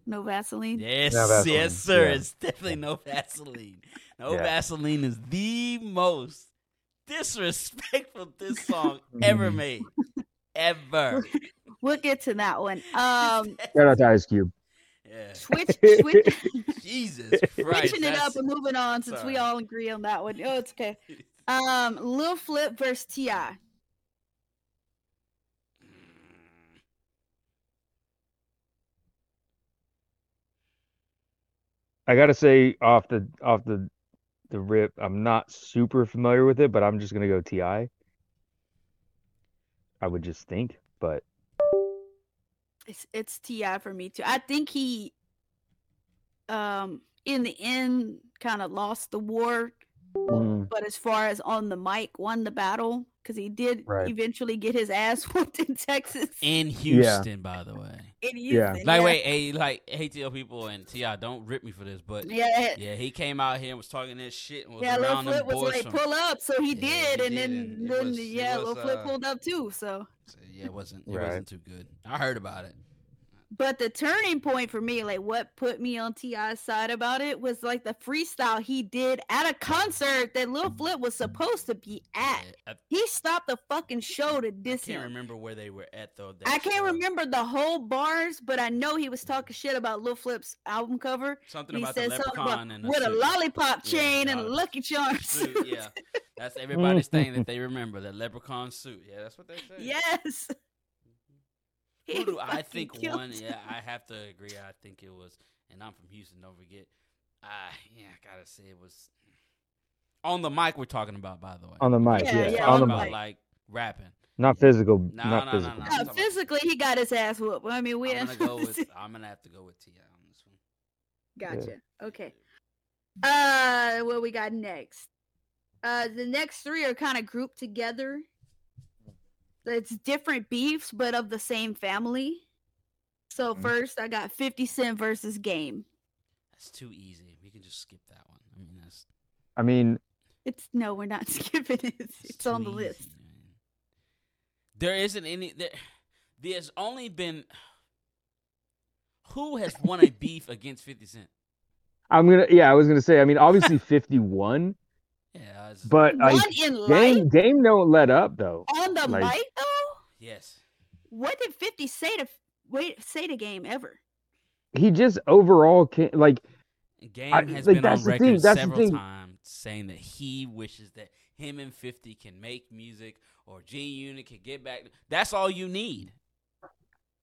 No Vaseline. Yes, No Vaseline, yes, sir. yeah. It's definitely no Vaseline. No Yeah. Vaseline is the most disrespectful this song ever Mhm. made. Ever. We'll get to that one. Um, Shout out to Ice Cube. yeah. switch, switch, Jesus Christ. switching it up and moving on since Sorry. we all agree on that one. Oh, it's okay. Um, Lil Flip versus Ti. I gotta say off the off the the rip, I'm not super familiar with it, but I'm just gonna go Ti. I would just think, but It's it's Ti for me too. I think he um in the end kind of lost the war, Mm, but as far as on the mic, won the battle because he did Right. eventually get his ass whooped in Texas. in Houston, by the way. In Yeah. Houston, Like, wait, hey, like ATL people and Ti, don't rip me for this, but yeah. Yeah, he came out here and was talking this shit and was yeah, Lil around them Flip was boys like, from- pull up. So he did. Yeah, he and did, then, and it then was- it yeah, Lil was, Flip uh, pulled up too. So, So, yeah, it wasn't it Right. wasn't too good. I heard about it. but the turning point for me, like what put me on T.I.'s side about it was like the freestyle he did at a concert that Lil Flip was supposed to be at. Yeah, I, I He stopped the fucking show to diss can't him. remember where they were at though. I that's, can't uh, remember the whole bars, but I know he was talking shit about Lil Flip's album cover. something He about the said something about leprechaun and with a suit. lollipop Yeah, chain and a lollipop. lucky charms. suit. Yeah, that's everybody's thing that they remember. That leprechaun suit. Yeah, that's what they say. yes. Who He do I fucking think killed won? it. Yeah, I have to agree. I think it was, and I'm from Houston. Don't forget. I yeah, I gotta say it was on the mic. We're talking about, by the way. on the mic, Yeah, yeah, We're yeah, talking on the about, mic, like rapping. not physical, No, no, not no, physical. no. Uh, physically, he got his ass whooped. I mean, we I'm gonna go with. I'm gonna have to go with Ti on this one. gotcha. Okay. Uh, what we got next? Uh, the next three are kind of grouped together. It's different beefs, but of the same family. So Mhm. first, I got Fifty Cent versus Game. That's too easy. We can just skip that one. I mean, that's I mean, It's no, we're not skipping it. It's, It's it's on the too list. easy, man. There isn't any. There, there's only been. Who has won a beef against Fifty Cent? I'm gonna, yeah, I was gonna say, I mean, obviously 51, Yeah, it's- but One like in life game, game don't let up though. on the like- mic though. yes, What did Fifty say to wait say to Game ever? He just overall can't like, Game I- has like, been that's on the record thing, that's the several thing. times saying that he wishes that him and Fifty can make music or G Unit can get back. That's all you need.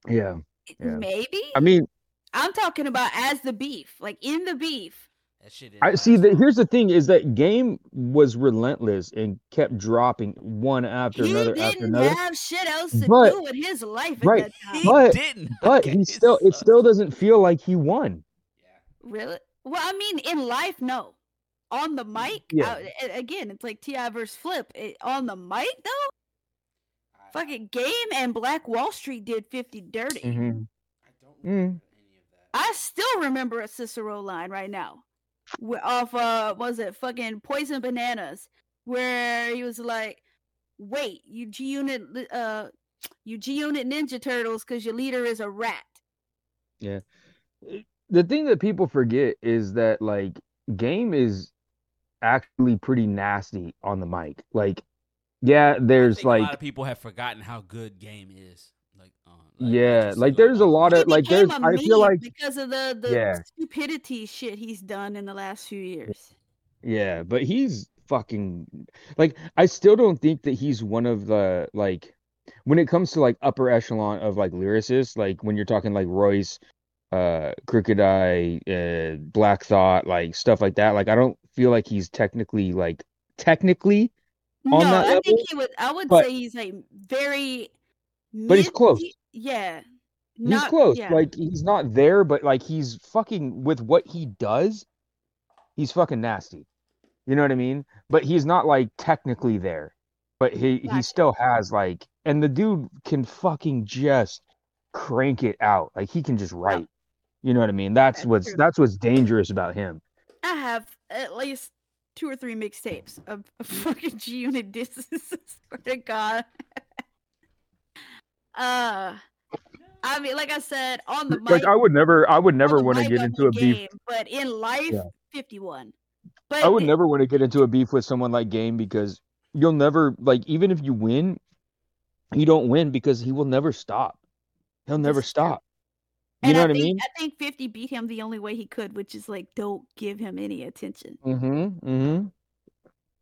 yeah, Yeah. Maybe. I mean, I'm talking about as the beef, like in the beef. That shit. didn't I see. last The, long. here's the thing: is that game was relentless and kept dropping one after he another after didn't another. have shit else to But- do with his life at right. that He time. But- didn't. But Okay, he still, it sucks. still doesn't feel like he won. Yeah. Really? Well, I mean, in life, no. On the mic, Yeah. I- a- again, it's like Ti versus Flip. It- on the mic, though, I- fucking Game and Black Wall Street did fifty dirty. Mm-hmm. I don't Mm. remember any of that. I still remember a Cicero line right now, wh- off uh, what was it fucking Poison Bananas, where he was like, "Wait, you G Unit, li- uh, you G Unit Ninja Turtles, because your leader is a rat." The thing that people forget is that like game is actually pretty nasty on the mic. Like, yeah, I there's think a lot like, of people have forgotten how good game is. Like, uh, Yeah, just "Oh, like, said, there's a lot He of- like, became there's- a I feel meme like- because of the the Yeah. stupidity shit he's done in the last few years. yeah, but he's fucking like. I still don't think that he's one of the like when it comes to like upper echelon of like lyricists. Like when you're talking like Royce, uh, Crooked Eye, uh, Black Thought, like stuff like that. Like I don't feel like he's technically like technically. no, On that I level, think he would. I would but- say he's like very. But he's close. Yeah. He's Not- close. yeah. Like he's not there, but like he's fucking with what he does, he's fucking nasty. You know what I mean? But he's not like technically there. But he he Gotcha. still has like and the dude can fucking just crank it out. Like he can just write. You know what I mean? That's That's what's true. that's what's dangerous about him. I have at least two or three mixtapes of of fucking G Unit disses. swear to God. uh, I mean, like I said, on the mic, Like I would never I would never on the want to mic get I'm into a beef. game, but in life, Yeah. fifty-one. But I would th- never want to get into a beef with someone like Game because you'll never like even if you win, you don't win because he will never stop. He'll never This is true. stop. You and know I what think, I mean? I think fifty beat him the only way he could, which is like don't give him any attention. Mm-hmm. Mm-hmm.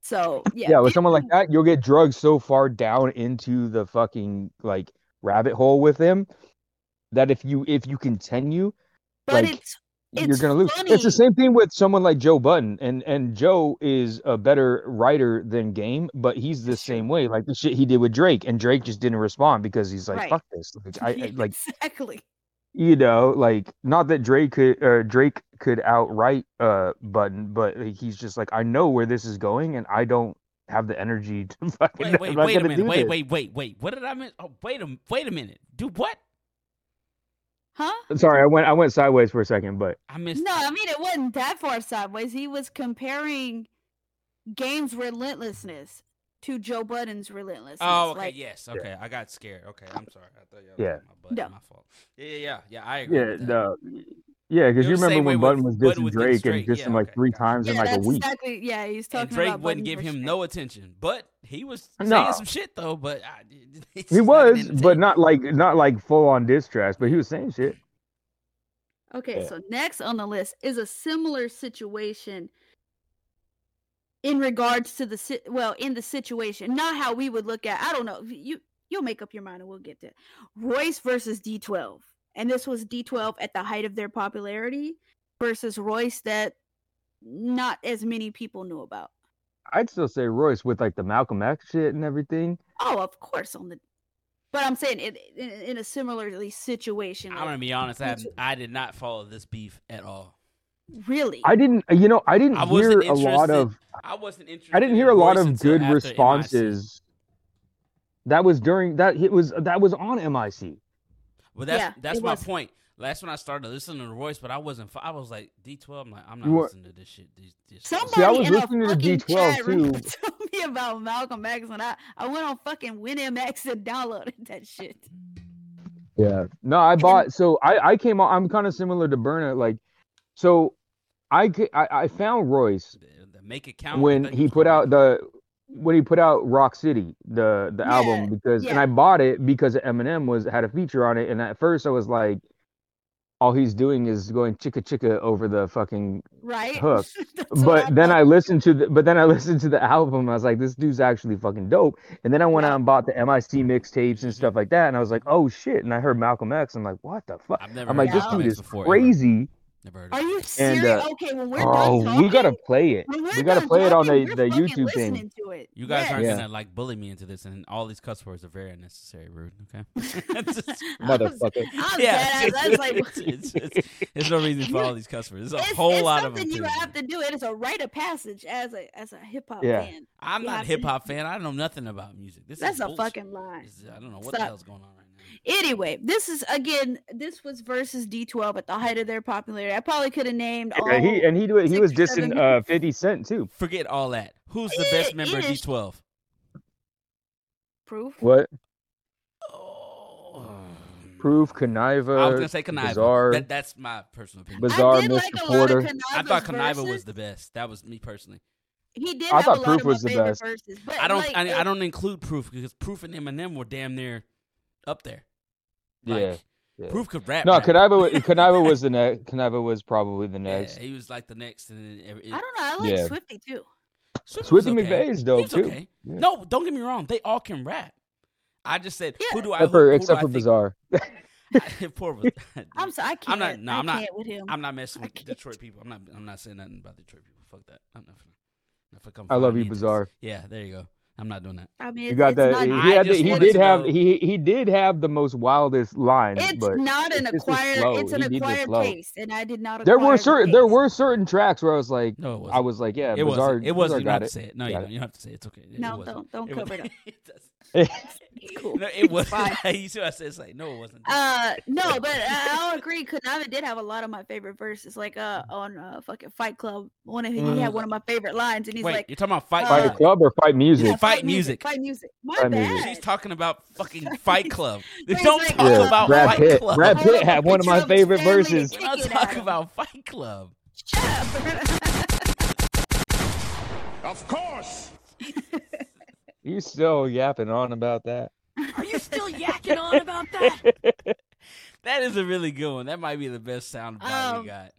So yeah, Yeah, with someone like 50 that, you'll get drugged so far down into the fucking like rabbit hole with him that if you if you continue, But like, it's you're It's gonna lose. It's funny. the same thing with someone like Joe Button, and and Joe is a better writer than Game, but he's the That's true. same way. Like the shit he did with Drake, and Drake just didn't respond because he's like, Right. "Fuck this!" Like I, I- yeah, like exactly. you know, like not that Drake could or Drake could outright uh Button, but he's just like, I know where this is going, and I don't have the energy to fucking. Wait, wait, I'm not wait a gonna minute. do Wait, this." wait, wait, wait. What did I mean? Oh, wait a wait a minute. Do what? Huh? Sorry, I went I went sideways for a second, but I missed. No, I mean it wasn't that far sideways. He was comparing game's relentlessness to Joe Budden's relentlessness. Oh, okay. Like, yes. Okay. I got scared. Okay. I'm sorry. I thought y'all. Yeah. My, butt, No. my fault. Yeah, yeah, yeah. Yeah. I agree. yeah, with that. no, yeah, because It you was the remember same way when Button was with- dissing Button was dissing Drake and Drake. dissing Yeah, like okay, three gotcha. times Yeah, in like a that's week. exactly. Yeah, he's talking And Drake about Budden wouldn't give for him shit. no attention, but he was No. saying some shit though. But I, it's He not was, entertaining. but not like not like full on diss trash, but he was saying shit. Okay, Yeah. so next on the list is a similar situation in regards to the si- well, in the situation, not how we would look at. I don't know. You you'll make up your mind, and we'll get to it. Royce versus D12, and this was D12 at the height of their popularity versus Royce that not as many people knew about. I'd still say Royce with like the Malcolm X shit and everything. Oh, of course, on the. But I'm saying it in, in a similarly situation. I'm gonna like, be honest. I, Me have, too. I did not follow this beef at all. really, I didn't, you know, I didn't I hear wasn't a lot interested. of, I wasn't interested. I didn't hear in a lot Royce of until good after MIC. responses. That was during that it was that was on MIC. But that's Yeah, that's it my was. point. Last when I started listening to Royce, but I wasn't. fo- I was like D12. I'm like I'm not You were- listening to this shit. This, this Somebody See, I was in listening to a fucking D12 chat room too. told me about Malcolm X, and I, I went on fucking WinMX and downloaded that shit. Yeah. No, I bought so I I came on. I'm kind of similar to Burna. Like, so I ca- I, I found Royce the- the make it count. I when think he was put called. out the when he put out Rock City the the Yeah, album because and yeah. I bought it because Eminem was had a feature on it and at first I was like all he's doing is going chicka chicka over the fucking Right? hook That's what but then thought. I listened to the but then I listened to the album and I was like this dude's actually fucking dope and then I went Yeah. Mm-hmm. out and bought the MIC mixtapes and stuff like that and I was like oh shit and I heard Malcolm X I'm like what the fuck I've never. I'm heard like this of Malcolm dude X is before, ever. crazy Never heard of Are him. you And, serious? uh, okay, when we're done oh talking, we gotta play it when we're we gotta done play it on talking, the we're the fucking YouTube thing listening To it. You guys yes. aren't Yeah. gonna like bully me into this, and all these cuss words are very unnecessary, rude. Okay, It's just- motherfucker I'm yeah, dead ass. I was like, it's, it's, it's- there's no reason for all these cuss words. There's a it's, whole it's lot of something them. you too. have to do. It is a rite of passage as a as a hip hop Yeah. fan. I'm you not a have to- hip hop fan. I know nothing about music. This That's is a bullshit. fucking lie. This is- I don't know what the Stop. hell's going on right now. Anyway, this is again. This was versus D12 at the height of their popularity. I probably could have named all. Yeah, he and he do it. He Oh, six was or seven dissing uh, Fifty Cent too. Forget all that. Who's the Yeah, best member of it is- D12? proof. What Oh. proof I was gonna conniva? say bizarre- Conniva. That, that's my personal opinion. Biz- Bizarre I did like Mr. a lot Porter. of I thought Conniva's Conniva was verses. the best. That was me personally. He did. I have thought a lot Proof of was my the favorite best. Verses, but I don't. Like, I, I it- don't include Proof because Proof and Eminem were damn near up there. Like, Yeah, yeah. Proof could rap. No, rap. conniva. wa- conniva was the next. Conniva was probably the next. Yeah, he was like the next, and then every- I don't know. I like Yeah. Swifty too. Swift was Swifty McVeigh is He dope was too. okay. Yeah. No, don't get me wrong. They all can rap. I just said, who do I? who- who Except for do except I for think- Bizarre. Poor Biz- I'm sorry. I can't. I'm not- no, I I'm not- can't with him. I'm not messing with I can't. Detroit people. I'm not. I'm not saying nothing about Detroit people. Fuck that. I'm not. Not for come I love find you, me this. Bizarre. Yeah, there you go. I'm not doing that. I mean, You it's, got it's that? Not, He, I had the, just he wanted did to have know- he he did have the most wildest lines, it's but not an it's just acquired. slow. It's an He did the acquired slow. taste, and I did not. there were acquire the certain there taste. were certain tracks where I was like No, it wasn't. I was like yeah, it Bizarre. wasn't. It wasn't. Bizarre You don't have got to it. say it. No, you Got don't. You don't have to say it. It's okay. It No, don't wasn't. don't It cover it wasn't. up. It doesn't- It's cool. No, it was. fine. you see what I said? It's like no, it wasn't. Uh no, but I- I'll agree. Konami did have a lot of my favorite verses, like uh on uh fucking Fight Club. One of he Mm. had one of my favorite lines, and he's Wait, like, you're talking about fight. Fight Uh, a club or fight music. yeah, Fight music. fight music." My Fight bad. music. She's talking about fucking Fight Club. It's Don't like, talk uh, about Brad Fight Pitt. Club. Brad Hold Pitt up, had one of picture my his favorite family and verses. shit. We're not Chicken talking Adam. about Fight Club. Of course. You still yapping on about that? Are you still yakking on about that? That is a really good one. That might be the best sound bite Um, we got.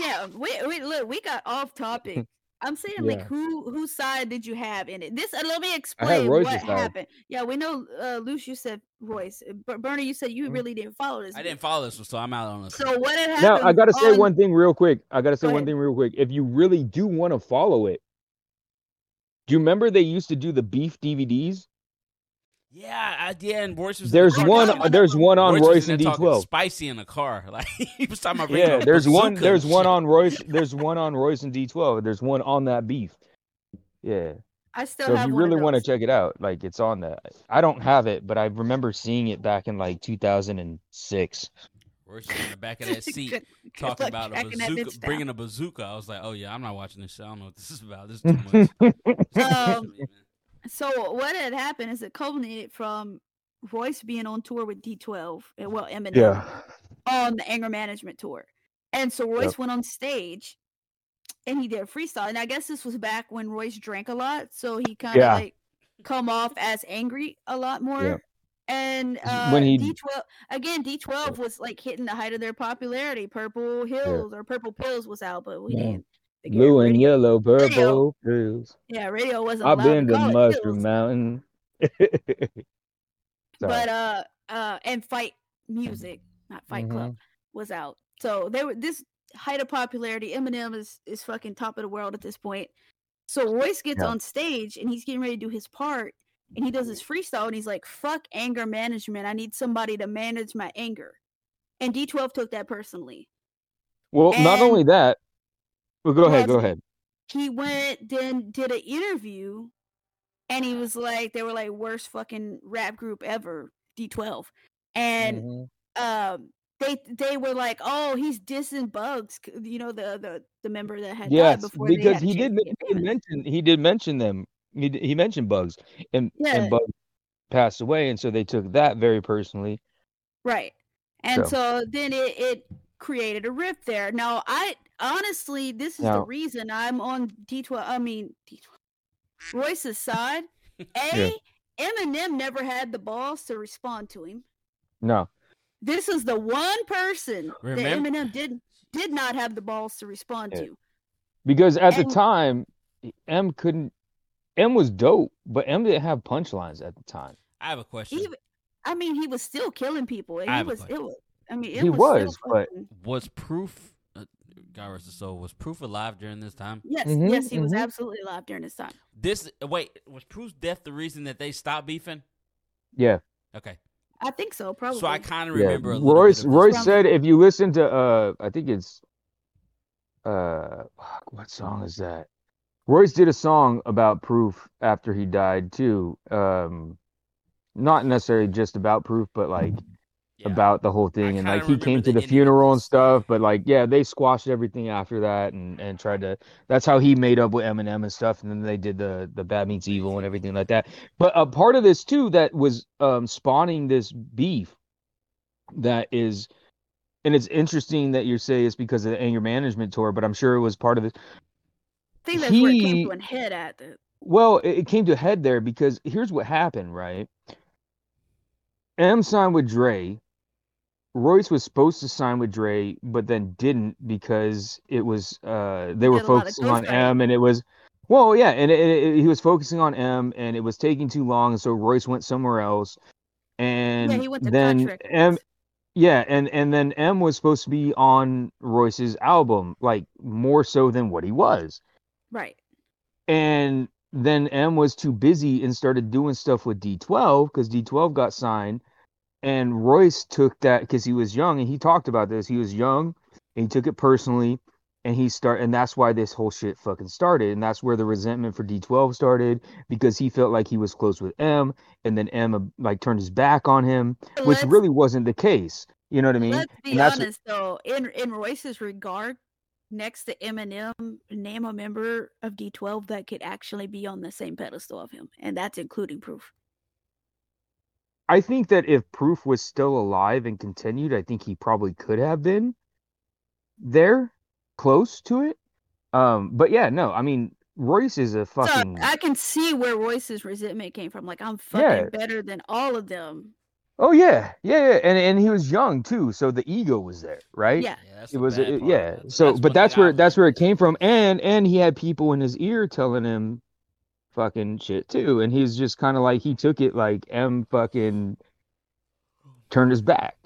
yeah, we, we look, we got off topic. I'm saying, like, Yeah. who whose side did you have in it? This uh, let me had explain what Royce's side. happened. Yeah, we know, uh, Luce, you said Royce, but Bernie, you said you Mhm. really didn't follow this. I beef. didn't follow this one, so I'm out on this. So what had Now happened? I gotta say on- one thing real quick. I gotta say Go one ahead. thing real quick. If you really do want to follow it, do you remember they used to do the beef DVDs? Yeah, I, yeah, and Royce was. in There's the car one. talking- There's one on was Royce in and there talking D12. Spicy in the car, like he was talking about. bringing Yeah, a there's one. bazooka There's and one shit. on Royce. There's one on Royce and D12. There's one on that beef. Yeah. I still So if have you one of really want to those. check it out, like it's on the. I don't have it, but I remember seeing it back in like 2006. Royce was in the back of that seat Good- good talking luck about a tracking that bazooka, bitch down. bringing a bazooka. I was like, oh yeah, I'm not watching this. Shit. I don't know what this is about. This is too much. Um, So what had happened is it culminated from Royce being on tour with D12 and well Eminem on the anger management tour. And so Royce Yep. went on stage and he did a freestyle. And I guess this was back when Royce drank a lot, so he kind of Yeah. like come off as angry a lot more. And uh, When he- D12 again, D12 was like hitting the height of their popularity. Purple Hills or Purple Pills was out, but we Yeah. didn't. figure blue and radio- yellow, purple purple pills. Yeah, radio wasn't. I've allowed been to call it Mushroom pills. Mountain. but uh uh and fight music not fight club Mm-hmm. was out so they were this height of popularity eminem is is fucking top of the world at this point so royce gets Yeah. on stage and he's getting ready to do his part and he does his freestyle and he's like fuck anger management i need somebody to manage my anger and d12 took that personally well, not and- only that. Well, go ahead. Well, Go ahead. he went then did an interview and Uh-huh. he was like they were like worst fucking rap group ever d12 and Mm-hmm. um they they were like oh he's dissing bugs c- you know the the, the member that had died Yes, before because they he did, actually men- he became famous. mention he did mention them. He d- he mentioned Bugs and Yeah. and Bugs passed away, and so they took that very personally. right and So. so, then it it created a rift there now i honestly this is the Now- reason i'm on d12 i mean d12 royce's side a eminem never had the balls to respond to him No, this is the one person Remem- that eminem did did not have the balls to respond Yeah. to because at And- the time, M couldn't. M was dope, but M didn't have punchlines at the time. I have a question. Even, I mean, he was still killing people. and I He have a was, it question. was. I mean, it He was, was, still but- fucking- Was proof? Uh, God rest his soul. Was proof alive during this time? yes, Mhm, yes, he was mhm. absolutely alive during this time. This wait was proof's death the reason that they stopped beefing? Yeah, Okay, I think so, probably. so I kind of yeah. remember. A little Royce bit of this. Royce From- said if you listen to uh, I think it's uh, fuck, what song is that? Royce did a song about proof after he died too. Um, not necessarily just about proof, but like Yeah. about the whole thing and kinda like he remember came the to the ending of funeral and this. stuff but like yeah they squashed everything after that and and tried to that's how he made up with eminem and stuff and then they did the the bad meets evil and everything like that but a part of this too that was um spawning this beef that is and it's interesting that you say it's because of the anger management tour but i'm sure it was part of this I think that's where it he- came to an head at. The, well, it, it came to a head there because here's what happened, right? M signed with Dre. Royce was supposed to sign with Dre, but then didn't because it was uh they were Did a lot of focusing on ghostwriting. M and it was well, yeah, and it, it, he was focusing on M and it was taking too long, and so Royce went somewhere else. And he went to then contract M, first. yeah, and and then M was supposed to be on Royce's album, like more so than what he was right. and then M was too busy and started doing stuff with D12 because D12 got signed, and Royce took that because he was young and he talked about this. He was young and he took it personally, and he start and that's why this whole shit fucking started, and that's where the resentment for D12 started because he felt like he was close with M, and then M uh, like turned his back on him, But which let's- really wasn't the case. You know what I mean? Let's be And that's- honest, though. In in Royce's regard, next to Eminem, name a member of D12 that could actually be on the same pedestal of him, and that's including Proof. I think that if Proof was still alive and continued, I think he probably could have been there, close to it. Um, but yeah, no, I mean Royce is a fucking So I can see where Royce's resentment came from. Like I'm Yeah. fucking better than all of them. oh yeah, yeah, yeah, and and he was young too, so the ego was there, right? Yeah. Yeah, that's it the was bad it- part. yeah. So, what but they that's where got that's from where it came from, and and he had people in his ear telling him fucking shit too, and he's just kind of like he took it like M fucking turned his back.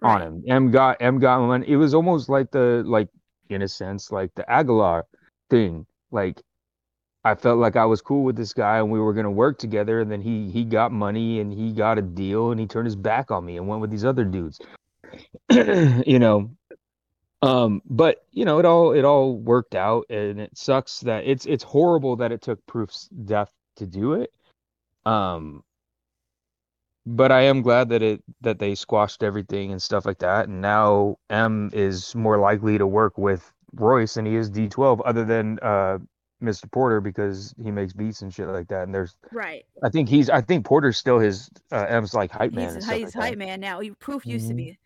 on Right. him. M got M got him, and it was almost like the like in a sense like the Aguilar thing. Like I felt like I was cool with this guy and we were going to work together. And then he he got money and he got a deal and he turned his back on me and went with these other dudes. you know, um, but you know it all it all worked out and it sucks that it's it's horrible that it took Proof's death to do it. Um, but I am glad that it that they squashed everything and stuff like that. And now M is more likely to work with Royce than he is D12, other than uh, Mr. Porter because he makes beats and shit like that. And there's Right. I think he's I think Porter's still his uh, M's like hype man. he's he's hype man now. He proof used to Mhm. be.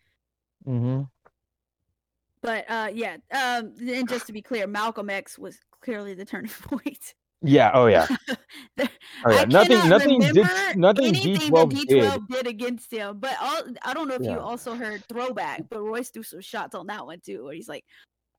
Mm-hmm. But uh yeah, um and just to be clear, Malcolm X was clearly the turning point. Yeah. Oh yeah. There- Oh yeah. I nothing. cannot Nothing. Did, remember nothing. anything D12 that did. D12 did. against him. But all, I don't know if Yeah. you also heard throwback, but Royce threw some shots on that one too, where he's like,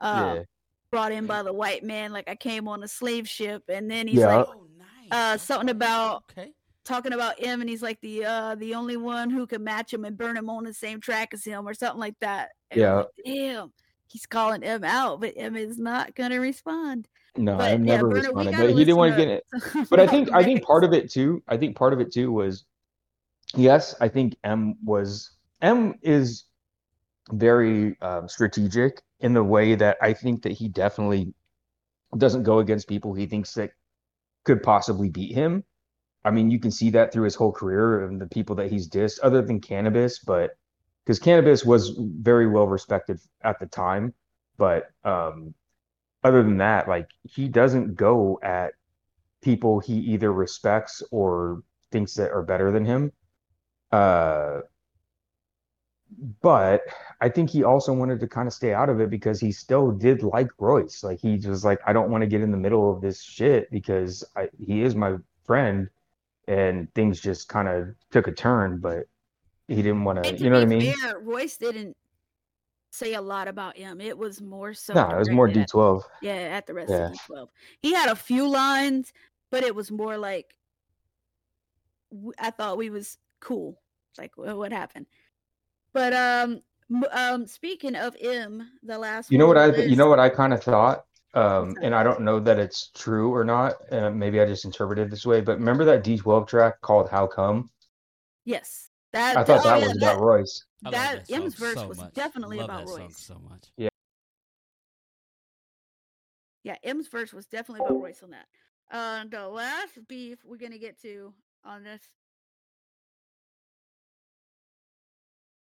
um, Yeah. brought in by the white man, like I came on a slave ship, and then he's Yeah. like Oh, nice. uh, something Okay, about- Okay. talking about him, and he's like the uh, the only one who can match him and burn him on the same track as him, or something like that. And I'm Yeah. like, damn, he's calling him out, but him is not gonna respond. No, but I yeah, never Bruno, we responded. gotta But he didn't want to listen get to- it. But I think I Malcolm think X. part of it too. I think part of it too was, yes, I think M was M is very um, strategic in the way that I think that he definitely doesn't go against people he thinks that could possibly beat him. I mean, you can see that through his whole career and the people that he's dissed, other than cannabis, but because cannabis was very well respected at the time. But um, other than that, like he doesn't go at people he either respects or thinks that are better than him. Uh, but I think he also wanted to kind of stay out of it because he still did like Royce. Like he was like, I don't want to get in the middle of this shit because I, he is my friend, and things just kind of took a turn. But he didn't want to, And to you know what I be mean? fair, Royce didn't say a lot about him. It was more so. No, it was more directed at- D12. yeah, at the rest Yeah. of D12. He had a few lines, but it was more like w- I thought we was cool. It's Like wh- what happened? But um, m- um, speaking of M, the last. You know one what on I the you know list- what I kind of thought, um, that? and I don't know that it's true or not. Uh, maybe I just interpreted it this way, but remember that D12 track called "How Come"? Yes, that. I thought oh, that yeah, was about Royce. I love That, song M's verse so was much. definitely Love about that song Royce. so much. Yeah, M's verse was definitely about Royce on that. Uh, the last beef we're gonna get to on this